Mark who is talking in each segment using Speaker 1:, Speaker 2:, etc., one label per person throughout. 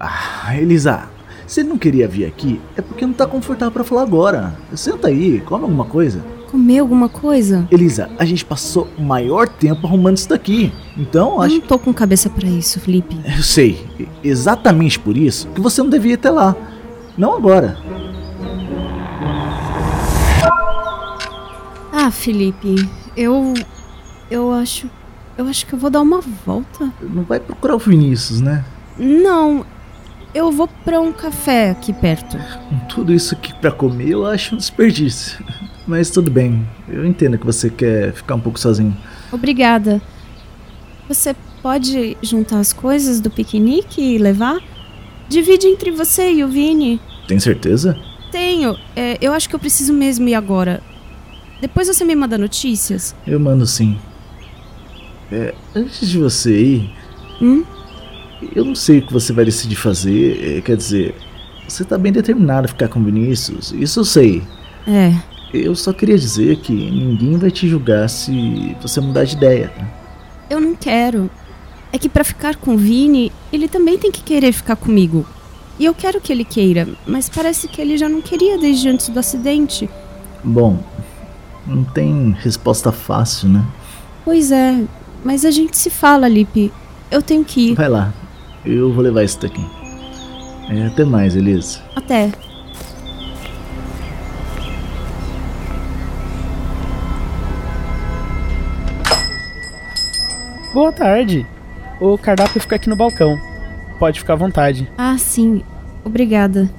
Speaker 1: Ah, Elisa, se ele não queria vir aqui, é porque não tá confortável pra falar agora. Senta aí, come alguma coisa.
Speaker 2: Comer alguma coisa?
Speaker 1: Elisa, a gente passou o maior tempo arrumando isso daqui. Então,
Speaker 2: Eu É.
Speaker 1: acho.
Speaker 2: não tô com cabeça pra isso, Felipe.
Speaker 1: Eu sei, e- exatamente por isso que você não devia ir até lá. Não agora.
Speaker 2: Ah, Felipe, eu. Eu acho. Eu acho que eu vou dar uma volta.
Speaker 1: Não vai procurar o Vinícius, né?
Speaker 2: Não, eu vou pra um café aqui perto.
Speaker 1: Com tudo isso aqui pra comer, eu acho um desperdício. Mas tudo bem, eu entendo que você quer ficar um pouco sozinho.
Speaker 2: Obrigada. Você pode juntar as coisas do piquenique e levar? Divide entre você e o Vini.
Speaker 1: Tem certeza?
Speaker 2: Tenho. É, eu acho que eu preciso mesmo ir agora. Depois você me manda notícias.
Speaker 1: Eu mando sim. É, antes de você ir,
Speaker 2: Hum?
Speaker 1: eu não sei o que você vai decidir fazer. é, quer dizer, você tá bem determinado a ficar com o Vinícius, isso eu sei.
Speaker 2: É.
Speaker 1: Eu só queria dizer que ninguém vai te julgar se você mudar de ideia, tá?
Speaker 2: Eu não quero. É que pra ficar com o Vini, ele também tem que querer ficar comigo. E eu quero que ele queira, mas parece que ele já não queria desde antes do acidente.
Speaker 1: Bom, não tem resposta fácil, né?
Speaker 2: Pois é, mas a gente se fala, Lipe. Eu tenho que ir.
Speaker 1: Vai lá, eu vou levar isso daqui. É, até mais, Elisa.
Speaker 2: Até.
Speaker 3: Boa tarde. O cardápio fica aqui no balcão. Pode ficar à vontade.
Speaker 2: Ah, sim. Obrigada.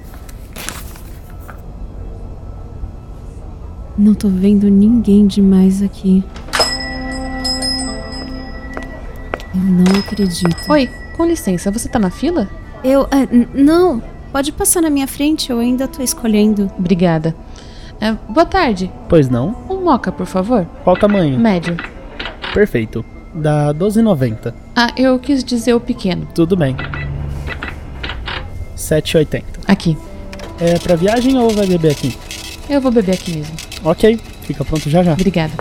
Speaker 2: Não tô vendo ninguém demais aqui. Eu não acredito.
Speaker 4: Oi, com licença, você tá na fila?
Speaker 2: Eu. ah, n- não! Pode passar na minha frente, eu ainda tô escolhendo.
Speaker 4: Obrigada. É, boa tarde.
Speaker 3: Pois não?
Speaker 4: Um moca, por favor.
Speaker 3: Qual o tamanho?
Speaker 4: Médio.
Speaker 3: Perfeito. Dá 12,90.
Speaker 4: Ah, eu quis dizer o pequeno.
Speaker 3: Tudo bem. 7,80.
Speaker 4: Aqui.
Speaker 3: É pra viagem ou vai beber aqui?
Speaker 4: Eu vou beber aqui mesmo.
Speaker 3: Ok, fica pronto já já.
Speaker 4: Obrigada.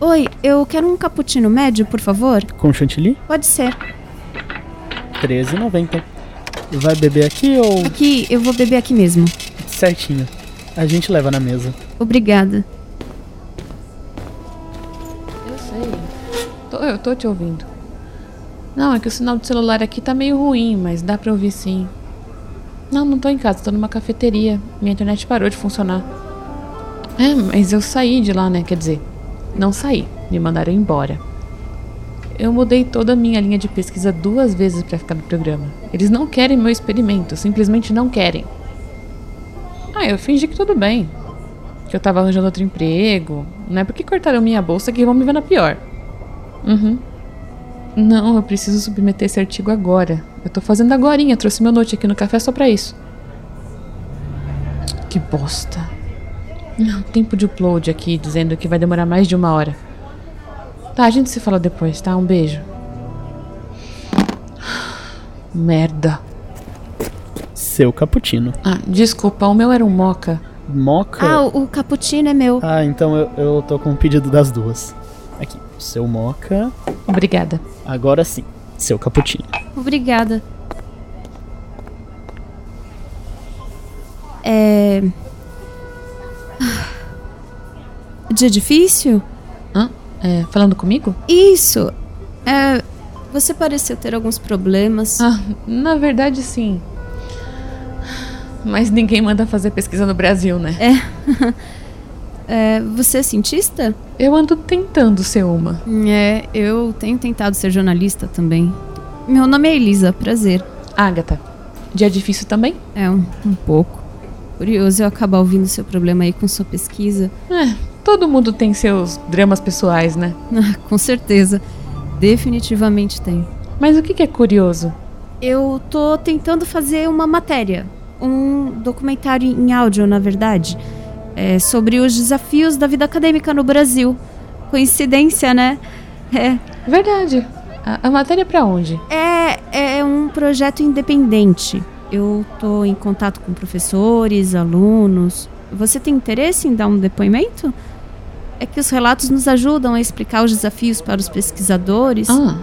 Speaker 2: Oi, eu quero um cappuccino médio, por favor?
Speaker 3: Com chantilly?
Speaker 2: Pode ser.
Speaker 3: 13,90. Vai beber aqui ou
Speaker 2: Aqui, eu vou beber aqui mesmo.
Speaker 3: certinho? A gente leva na mesa.
Speaker 2: Obrigada.
Speaker 4: Eu sei. Tô- eu tô te ouvindo. Não, é que o sinal do celular aqui tá meio ruim, mas dá pra ouvir sim. Não, não tô em casa, tô numa cafeteria. Minha internet parou de funcionar. É, mas eu saí de lá, né? Quer dizer, não saí, me mandaram embora. Eu mudei toda a minha linha de pesquisa duas vezes pra ficar no programa. Eles não querem meu experimento, simplesmente não querem. Ah, eu fingi que tudo bem. Que eu tava arranjando outro emprego. Não é porque cortaram minha bolsa que vão me ver na pior. Uhum. Não, eu preciso submeter esse artigo agora. Eu tô fazendo agorinha, trouxe meu note aqui no café só pra isso. Que bosta. Não, tempo de upload aqui, dizendo que vai demorar mais de uma hora. Tá, a gente se fala depois, tá? Um beijo. Merda.
Speaker 3: Seu cappuccino.
Speaker 4: Ah, desculpa, o meu era um moca.
Speaker 3: Moca.
Speaker 2: Ah, o, o cappuccino é meu.
Speaker 3: Ah, então eu, eu tô com o pedido das duas. Aqui, seu moca.
Speaker 4: Obrigada.
Speaker 3: Agora sim, seu cappuccino.
Speaker 2: Obrigada. É. Ah. Dia difícil?
Speaker 4: Hã? É, falando comigo?
Speaker 2: Isso! É. Você pareceu ter alguns problemas.
Speaker 4: Ah, na verdade, sim. Mas ninguém manda fazer pesquisa no Brasil, né?
Speaker 2: É, você é cientista?
Speaker 4: Eu ando tentando ser uma.
Speaker 2: É, eu tenho tentado ser jornalista também. Meu nome é Elisa, prazer.
Speaker 4: Agatha, dia difícil também?
Speaker 2: É, um, um pouco. Curioso eu acabar ouvindo seu problema aí com sua pesquisa.
Speaker 4: É, todo mundo tem seus dramas pessoais, né?
Speaker 2: Ah, com certeza. Definitivamente tem.
Speaker 4: Mas o que, que é curioso?
Speaker 2: Eu tô tentando fazer uma matéria. Um documentário em áudio, na verdade. É, sobre os desafios da vida acadêmica no Brasil. Coincidência, né? É,
Speaker 4: Verdade. A, a matéria é pra onde?
Speaker 2: É, é um projeto independente. Eu tô em contato com professores, alunos. Você tem interesse em dar um depoimento? É que os relatos nos ajudam a explicar os desafios para os pesquisadores.
Speaker 4: Ah,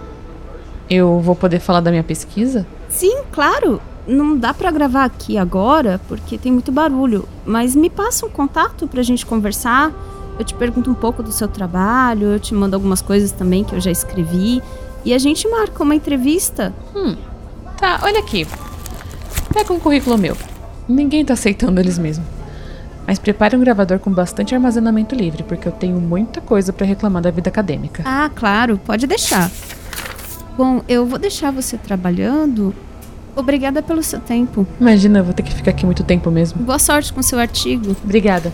Speaker 4: eu vou poder falar da minha pesquisa?
Speaker 2: Sim, claro. Não dá pra gravar aqui agora, porque tem muito barulho. Mas me passa um contato pra gente conversar. Eu te pergunto um pouco do seu trabalho, eu te mando algumas coisas também que eu já escrevi. E a gente marca uma entrevista.
Speaker 4: Tá, olha aqui. Pega um currículo meu. Ninguém tá aceitando eles mesmos. Mas prepare um gravador com bastante armazenamento livre, porque eu tenho muita coisa pra reclamar da vida acadêmica.
Speaker 2: Ah, claro, pode deixar. Bom, eu vou deixar você trabalhando. Obrigada pelo seu tempo.
Speaker 4: Imagina, eu vou ter que ficar aqui muito tempo mesmo.
Speaker 2: Boa sorte com seu artigo.
Speaker 4: Obrigada.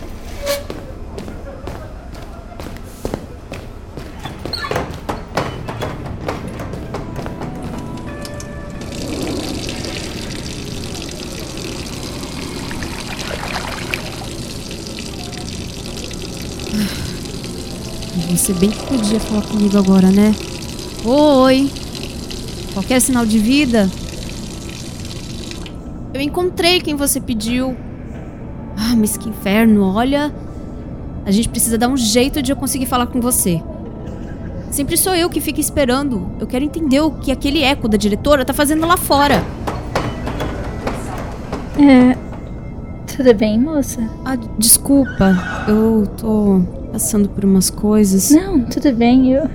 Speaker 2: Você bem que podia falar comigo agora, né? Oi! Qualquer sinal de vida? Eu encontrei quem você pediu. Ah, mas que inferno, olha. A gente precisa dar um jeito de eu conseguir falar com você. Sempre sou eu que fico esperando. Eu quero entender o que aquele eco da diretora tá fazendo lá fora.
Speaker 5: Tudo bem, moça?
Speaker 2: Ah, desculpa. Eu tô passando por umas coisas.
Speaker 5: Não, tudo bem, eu.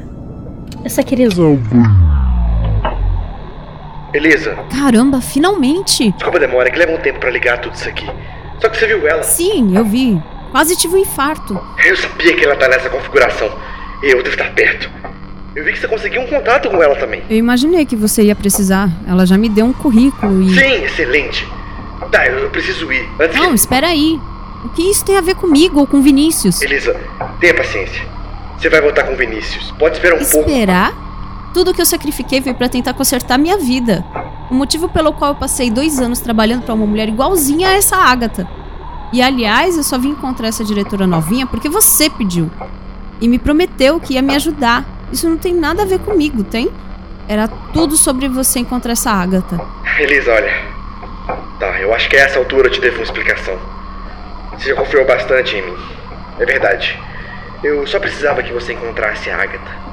Speaker 5: Eu só queria.
Speaker 6: Beleza,
Speaker 2: Caramba, finalmente!
Speaker 6: desculpa a demora, que leva um tempo pra ligar tudo isso aqui. Só que você viu ela.
Speaker 2: Sim, eu vi. Quase tive um infarto.
Speaker 6: Eu sabia que ela tá nessa configuração. Eu devo estar perto. Eu vi que você conseguiu um contato com ela também.
Speaker 2: Eu imaginei que você ia precisar. Ela já me deu um currículo e.
Speaker 6: Sim, excelente. Tá, eu, eu preciso ir. Antes
Speaker 2: Não,
Speaker 6: que...
Speaker 2: espera aí. O que isso tem a ver comigo ou com Vinícius?
Speaker 6: Elisa, tenha paciência. Você vai voltar com o Vinícius. Pode esperar um pouco.
Speaker 2: Esperar? Tudo que eu sacrifiquei foi pra tentar consertar minha vida. O motivo pelo qual eu passei dois anos trabalhando pra uma mulher igualzinha a essa Agatha. E aliás, eu só vim encontrar essa diretora novinha porque você pediu. E me prometeu que ia me ajudar. Isso não tem nada a ver comigo, tem? Era tudo sobre você encontrar essa Agatha.
Speaker 6: Elisa, olha. Tá, eu acho que a essa altura eu te devo uma explicação. Você já confiou bastante em mim. É verdade. Eu só precisava que você encontrasse a Agatha.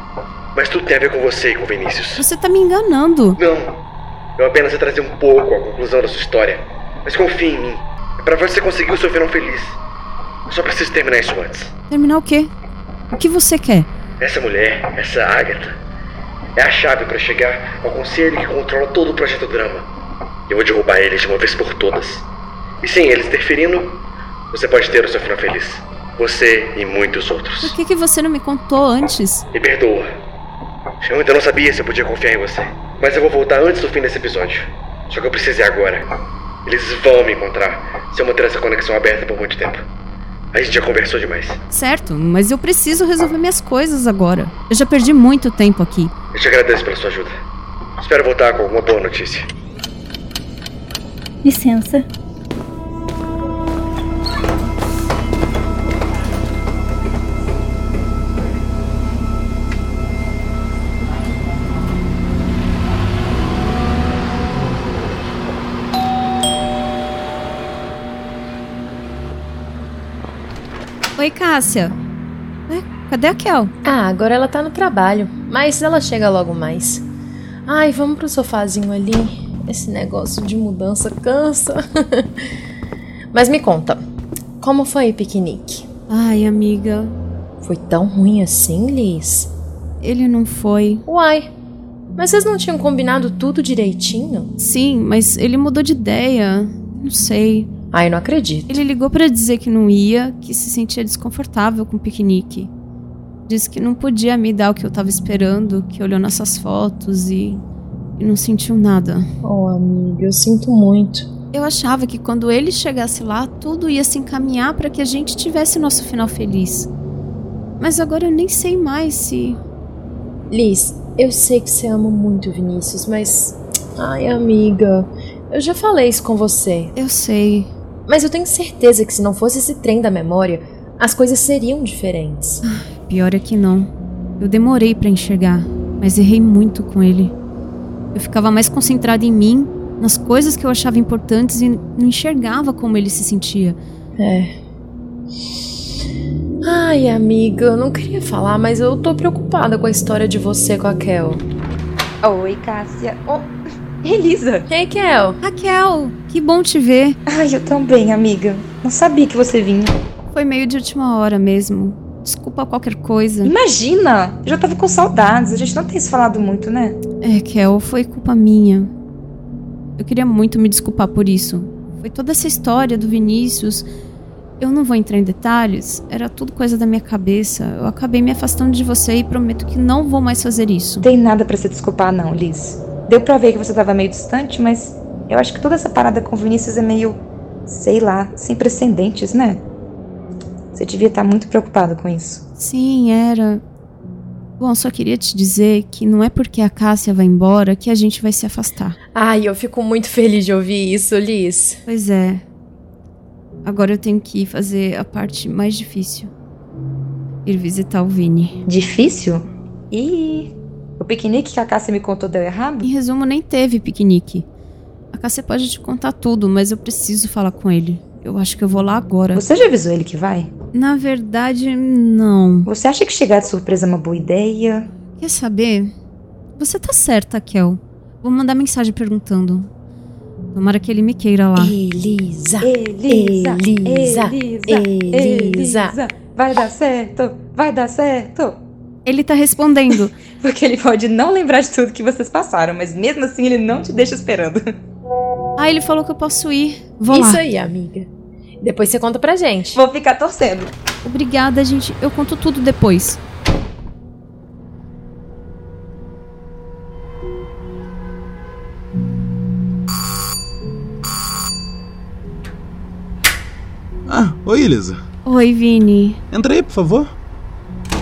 Speaker 6: Mas tudo tem a ver com você e com o Vinícius.
Speaker 2: Você tá me enganando.
Speaker 6: Não. Eu apenas ia trazer um pouco a conclusão da sua história. Mas confie em mim. É pra você conseguir o seu verão feliz. Eu só preciso terminar isso antes.
Speaker 2: Terminar o quê? O que você quer?
Speaker 6: Essa mulher, essa Agatha, é a chave pra chegar ao conselho que controla todo o projeto drama. Eu vou derrubar eles de uma vez por todas. E sem eles interferindo, você pode ter o seu final feliz. Você e muitos
Speaker 2: Por
Speaker 6: outros.
Speaker 2: que, que você não me contou antes?
Speaker 6: Me perdoa. Eu ainda não sabia se eu podia confiar em você. Mas eu vou voltar antes do fim desse episódio. Só que eu precisei agora. Eles vão me encontrar se eu manter essa conexão aberta por muito tempo. A gente já conversou demais.
Speaker 2: Certo, mas eu preciso resolver minhas coisas agora. Eu já perdi muito tempo aqui.
Speaker 6: Eu te agradeço pela sua ajuda. Espero voltar com alguma boa notícia.
Speaker 5: Licença.
Speaker 2: Oi, Cássia. Ué, cadê a Kel?
Speaker 7: Ah, agora ela tá no trabalho, mas ela chega logo mais. Ai, vamos pro sofazinho ali. Esse negócio de mudança cansa. mas me conta, como foi o piquenique?
Speaker 2: Ai, amiga,
Speaker 7: Foi tão ruim assim, Liz?
Speaker 2: ele não foi.
Speaker 7: Uai, mas vocês não tinham combinado tudo direitinho?
Speaker 2: Sim, mas ele mudou de ideia. Não sei.
Speaker 7: Ai, não acredito.
Speaker 2: Ele ligou pra dizer que não ia, que se sentia desconfortável com o piquenique. Disse que não podia me dar o que eu tava esperando, que olhou nossas fotos e. e não sentiu nada.
Speaker 7: Oh, amiga, eu sinto muito.
Speaker 2: Eu achava que quando ele chegasse lá, tudo ia se encaminhar para que a gente tivesse nosso final feliz. Mas agora eu nem sei mais se.
Speaker 7: Liz, eu sei que você ama muito o Vinícius, mas. Ai, amiga, eu já falei isso com você.
Speaker 2: Eu sei.
Speaker 7: Mas eu tenho certeza que se não fosse esse trem da memória, as coisas seriam diferentes.
Speaker 2: Pior é que não. Eu demorei para enxergar, mas errei muito com ele. Eu ficava mais concentrada em mim, nas coisas que eu achava importantes e não enxergava como ele se sentia.
Speaker 7: É. Ai, amiga, eu não queria falar, mas eu tô preocupada com a história de você com a Kel.
Speaker 8: Oi, Cássia. Oh, Elisa!
Speaker 7: Ei, Kel.
Speaker 2: Raquel, que bom te ver.
Speaker 8: Ai, eu também, amiga. Não sabia que você vinha.
Speaker 2: Foi meio de última hora mesmo. Desculpa qualquer coisa.
Speaker 8: Imagina! Eu já tava com saudades. A gente não tem se falado muito, né?
Speaker 2: É, Kel, foi culpa minha. Eu queria muito me desculpar por isso. Foi toda essa história do Vinícius. Eu não vou entrar em detalhes, era tudo coisa da minha cabeça. Eu acabei me afastando de você e prometo que não vou mais fazer isso.
Speaker 8: Não tem nada pra se desculpar, não, Liz. Deu pra ver que você tava meio distante, mas eu acho que toda essa parada com o Vinícius é meio, sei lá, sem precedentes, né? Você devia estar muito preocupado com isso.
Speaker 2: Sim, era. Bom, só queria te dizer que não é porque a Cássia vai embora que a gente vai se afastar.
Speaker 7: Ai, eu fico muito feliz de ouvir isso, Liz.
Speaker 2: Pois é. Agora eu tenho que fazer a parte mais difícil. Ir visitar o Vini.
Speaker 8: Difícil? Ih, o piquenique que a Cássia me contou deu errado?
Speaker 2: Em resumo, nem teve piquenique. A Cássia pode te contar tudo, mas eu preciso falar com ele. Eu acho que eu vou lá agora.
Speaker 8: Você já avisou ele que vai?
Speaker 2: Na verdade, não.
Speaker 8: Você acha que chegar de surpresa é uma boa ideia?
Speaker 2: Quer saber? Você tá certa, Kel. Vou mandar mensagem perguntando. Tomara que ele me queira lá.
Speaker 7: Elisa.
Speaker 8: Elisa,
Speaker 7: Elisa, Elisa.
Speaker 8: vai dar certo, vai dar certo.
Speaker 2: Ele tá respondendo.
Speaker 8: Porque ele pode não lembrar de tudo que vocês passaram, mas mesmo assim ele não te deixa esperando.
Speaker 2: Ah, ele falou que eu posso ir. Vou
Speaker 7: Isso
Speaker 2: lá.
Speaker 7: aí, amiga. Depois você conta pra gente.
Speaker 8: Vou ficar torcendo.
Speaker 2: Obrigada, gente. Eu conto tudo depois.
Speaker 6: Ah, oi, Elisa.
Speaker 2: Oi, Vini.
Speaker 6: Entra aí, por favor.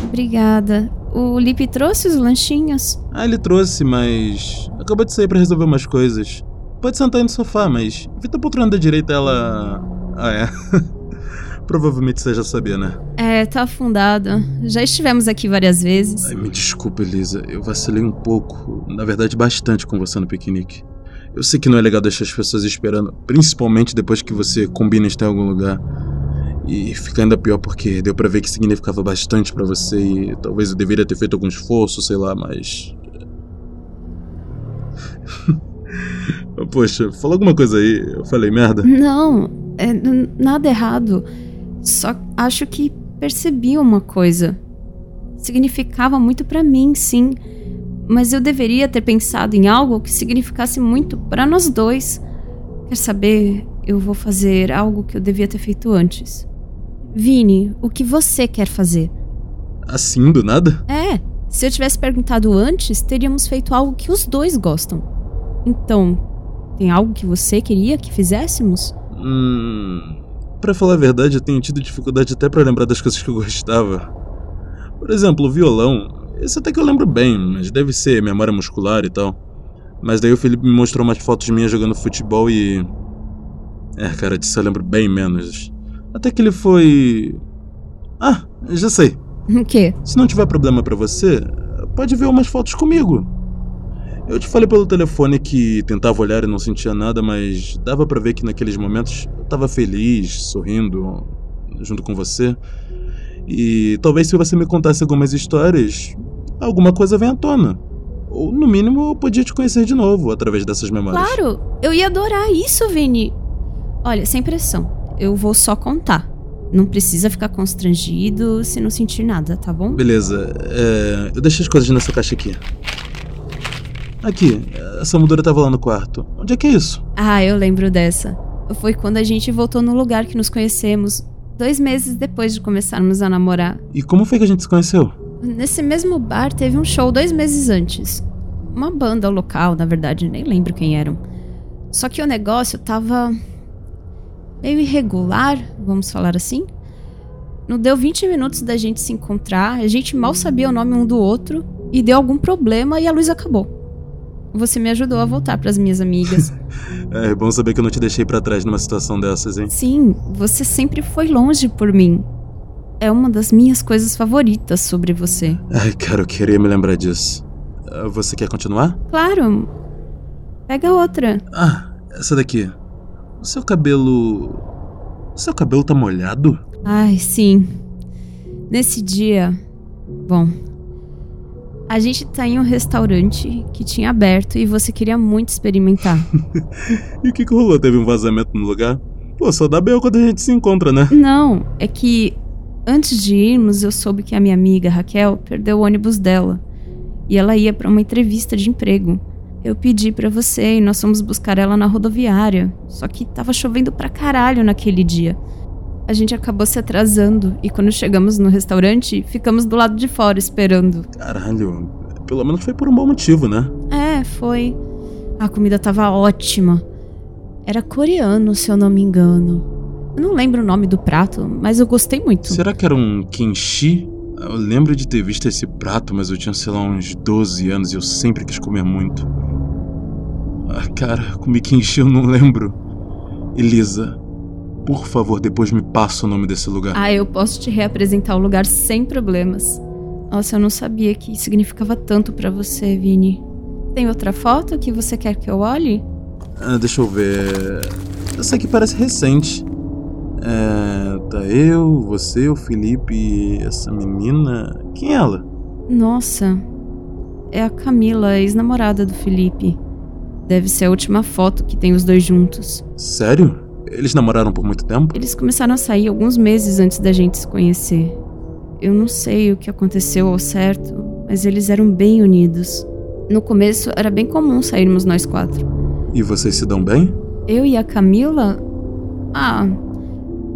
Speaker 2: Obrigada. O Lipe trouxe os lanchinhos?
Speaker 6: Ah, ele trouxe, mas. Acabou de sair pra resolver umas coisas. Pode sentar aí no sofá, mas. Evita a poltrona da direita, ela. Ah, é. Provavelmente você já sabia, né?
Speaker 2: É, tá afundado. Já estivemos aqui várias vezes.
Speaker 6: Ai, me desculpa, Elisa. Eu vacilei um pouco. Na verdade, bastante com você no piquenique. Eu sei que não é legal deixar as pessoas esperando, principalmente depois que você combina estar em algum lugar. E fica ainda pior porque deu pra ver que significava bastante pra você e talvez eu deveria ter feito algum esforço, sei lá, mas. Poxa, fala alguma coisa aí. Eu falei merda.
Speaker 2: Não, é n- nada errado. Só acho que percebi uma coisa. Significava muito pra mim, sim. Mas eu deveria ter pensado em algo que significasse muito pra nós dois. Quer saber? Eu vou fazer algo que eu devia ter feito antes. Vini, o que você quer fazer?
Speaker 6: Assim, do nada?
Speaker 2: É, se eu tivesse perguntado antes, teríamos feito algo que os dois gostam. Então, tem algo que você queria que fizéssemos?
Speaker 6: Hum. Pra falar a verdade, eu tenho tido dificuldade até pra lembrar das coisas que eu gostava. Por exemplo, o violão. Esse até que eu lembro bem, mas deve ser memória muscular e tal. Mas daí o Felipe me mostrou umas fotos minhas jogando futebol e. É, cara, disso eu lembro bem menos. Até que ele foi. Ah, já sei.
Speaker 2: O quê?
Speaker 6: Se não tiver problema pra você, pode ver umas fotos comigo. Eu te falei pelo telefone que tentava olhar e não sentia nada, mas dava pra ver que naqueles momentos eu tava feliz, sorrindo, junto com você. E talvez se você me contasse algumas histórias, alguma coisa venha à tona. Ou no mínimo eu podia te conhecer de novo através dessas memórias.
Speaker 2: Claro, eu ia adorar isso, Vini. Olha, sem pressão, eu vou só contar. Não precisa ficar constrangido se não sentir nada, tá bom?
Speaker 6: Beleza, é, eu deixei as coisas nessa caixa aqui. Aqui, essa moldura tava lá no quarto. Onde é que é isso?
Speaker 2: Ah, eu lembro dessa. Foi quando a gente voltou no lugar que nos conhecemos, dois meses depois de começarmos a namorar.
Speaker 6: E como foi que a gente se conheceu?
Speaker 2: Nesse mesmo bar teve um show dois meses antes. Uma banda local, na verdade, nem lembro quem eram. Só que o negócio tava meio irregular, vamos falar assim. Não deu 20 minutos da gente se encontrar, a gente mal sabia o nome um do outro e deu algum problema e a luz acabou. Você me ajudou a voltar pras minhas amigas.
Speaker 6: É bom saber que eu não te deixei pra trás numa situação dessas, hein?
Speaker 2: Sim, você sempre foi longe por mim. É uma das minhas coisas favoritas sobre você.
Speaker 6: Ai, cara, eu queria me lembrar disso. Ah, Você quer continuar?
Speaker 2: Claro. Pega outra.
Speaker 6: Ah, essa daqui. O seu cabelo. O seu cabelo tá molhado?
Speaker 2: Ai, sim. Nesse dia. Bom. A gente tá em um restaurante que tinha aberto e você queria muito experimentar.
Speaker 6: E o que, que rolou? Teve um vazamento no lugar? Pô, só dá bem quando a gente se encontra, né?
Speaker 2: Não, é que antes de irmos, eu soube que a minha amiga Raquel perdeu o ônibus dela e ela ia para uma entrevista de emprego. Eu pedi para você e nós fomos buscar ela na rodoviária, só que tava chovendo pra caralho naquele dia. A gente acabou se atrasando e quando chegamos no restaurante, ficamos do lado de fora esperando.
Speaker 6: Caralho, pelo menos foi por um bom motivo, né?
Speaker 2: É, foi. A comida tava ótima. Era coreano, se eu não me engano. Eu não lembro o nome do prato, mas eu gostei muito.
Speaker 6: Será que era um kimchi? Eu lembro de ter visto esse prato, mas eu tinha, sei lá, uns 12 anos e eu sempre quis comer muito. Ah, cara, comi kimchi eu não lembro. Elisa, por favor, depois me passa o nome desse lugar.
Speaker 2: Ah, eu posso te reapresentar o lugar sem problemas. Nossa, eu não sabia que isso significava tanto pra você, Vini. Tem outra foto que você quer que eu olhe?
Speaker 6: Ah, deixa eu ver. Essa aqui parece recente. É, tá eu, você, o Felipe e essa menina. Quem é ela?
Speaker 2: Nossa, é a Camila, ex-namorada do Felipe. Deve ser a última foto que tem os dois juntos.
Speaker 6: Sério? Eles namoraram por muito tempo?
Speaker 2: Eles começaram a sair alguns meses antes da gente se conhecer. Eu não sei o que aconteceu ao certo, mas eles eram bem unidos. No começo era bem comum sairmos nós quatro.
Speaker 6: E vocês se dão bem?
Speaker 2: Eu e a Camila. Ah,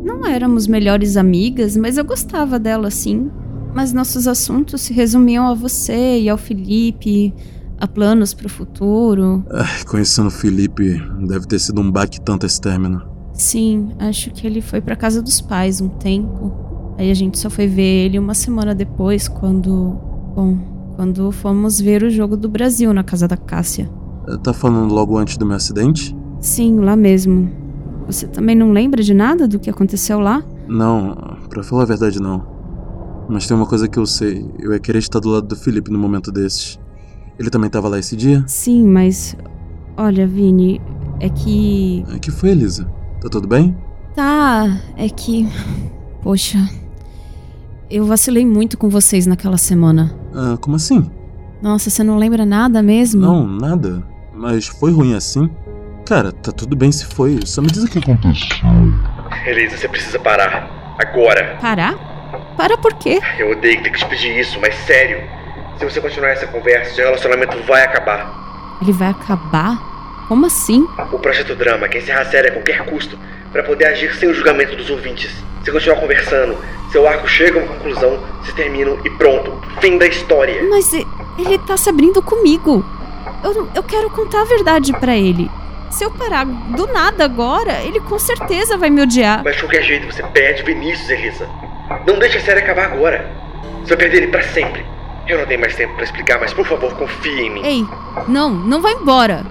Speaker 2: não éramos melhores amigas, mas eu gostava dela sim. Mas nossos assuntos se resumiam a você e ao Felipe, a planos pro futuro.
Speaker 6: Ai, conhecendo o Felipe, deve ter sido um baque tanto esse término.
Speaker 2: Sim, acho que ele foi pra casa dos pais um tempo. Aí a gente só foi ver ele uma semana depois, quando. Bom, quando fomos ver o jogo do Brasil na casa da Cássia.
Speaker 6: Tá falando logo antes do meu acidente?
Speaker 2: Sim, lá mesmo. Você também não lembra de nada do que aconteceu lá?
Speaker 6: Não, pra falar a verdade, não. Mas tem uma coisa que eu sei: eu ia querer estar do lado do Felipe no momento desses. Ele também tava lá esse dia?
Speaker 2: Sim, mas. Olha, Vini, é que.
Speaker 6: O Eh, que foi, Elisa? Tá tudo bem?
Speaker 2: Tá, é que. Poxa. Eu vacilei muito com vocês naquela semana.
Speaker 6: Ah, como assim?
Speaker 2: Nossa, você não lembra nada mesmo?
Speaker 6: Não, nada. Mas foi ruim assim? Cara, tá tudo bem se foi. Só me diz o que aconteceu.
Speaker 9: Elisa, você precisa parar. Agora.
Speaker 2: Parar? Para por quê?
Speaker 9: Eu odeio ter que te pedir isso, mas sério. Se você continuar essa conversa, seu relacionamento vai acabar.
Speaker 2: Ele vai acabar? Como assim?
Speaker 9: O projeto Drama quer encerrar a série a qualquer custo para poder agir sem o julgamento dos ouvintes. Se continuar conversando, seu arco chega a uma conclusão, se terminam e pronto. Fim da história.
Speaker 2: Mas e- ele tá se abrindo comigo. Eu, não- eu quero contar a verdade pra ele. Se eu parar do nada agora, ele com certeza vai me odiar.
Speaker 9: Mas de qualquer jeito você perde Vinícius, Elisa. Não deixe a série acabar agora. Você vai perder ele pra sempre. Eu não tenho mais tempo pra explicar, mas por favor, confie em mim.
Speaker 2: Ei, não, não vai embora.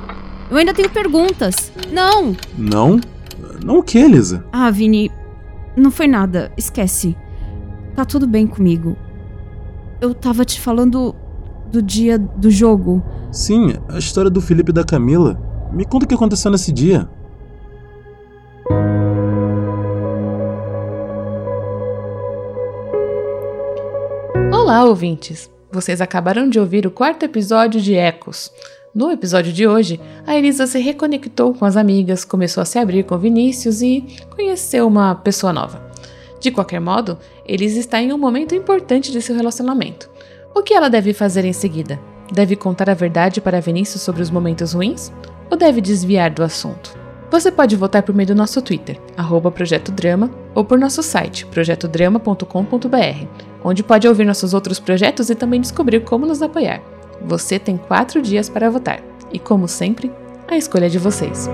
Speaker 2: Eu ainda tenho perguntas. Não!
Speaker 6: Não? Não o que, Elisa?
Speaker 2: Ah, Vini, não foi nada. Esquece. Tá tudo bem comigo. Eu tava te falando do dia do jogo.
Speaker 6: Sim, a história do Felipe e da Camila. Me conta o que aconteceu nesse dia.
Speaker 4: Olá, ouvintes! Vocês acabaram de ouvir o quarto episódio de Ecos. No episódio de hoje, a Elisa se reconectou com as amigas, começou a se abrir com Vinícius e conheceu uma pessoa nova. De qualquer modo, Elisa está em um momento importante de seu relacionamento. O que ela deve fazer em seguida? Deve contar a verdade para Vinícius sobre os momentos ruins? Ou deve desviar do assunto? Você pode votar por meio do nosso Twitter, arroba Projeto Drama, ou por nosso site, projetodrama.com.br onde pode ouvir nossos outros projetos e também descobrir como nos apoiar. Você tem quatro dias para votar. E como sempre, a escolha é de vocês.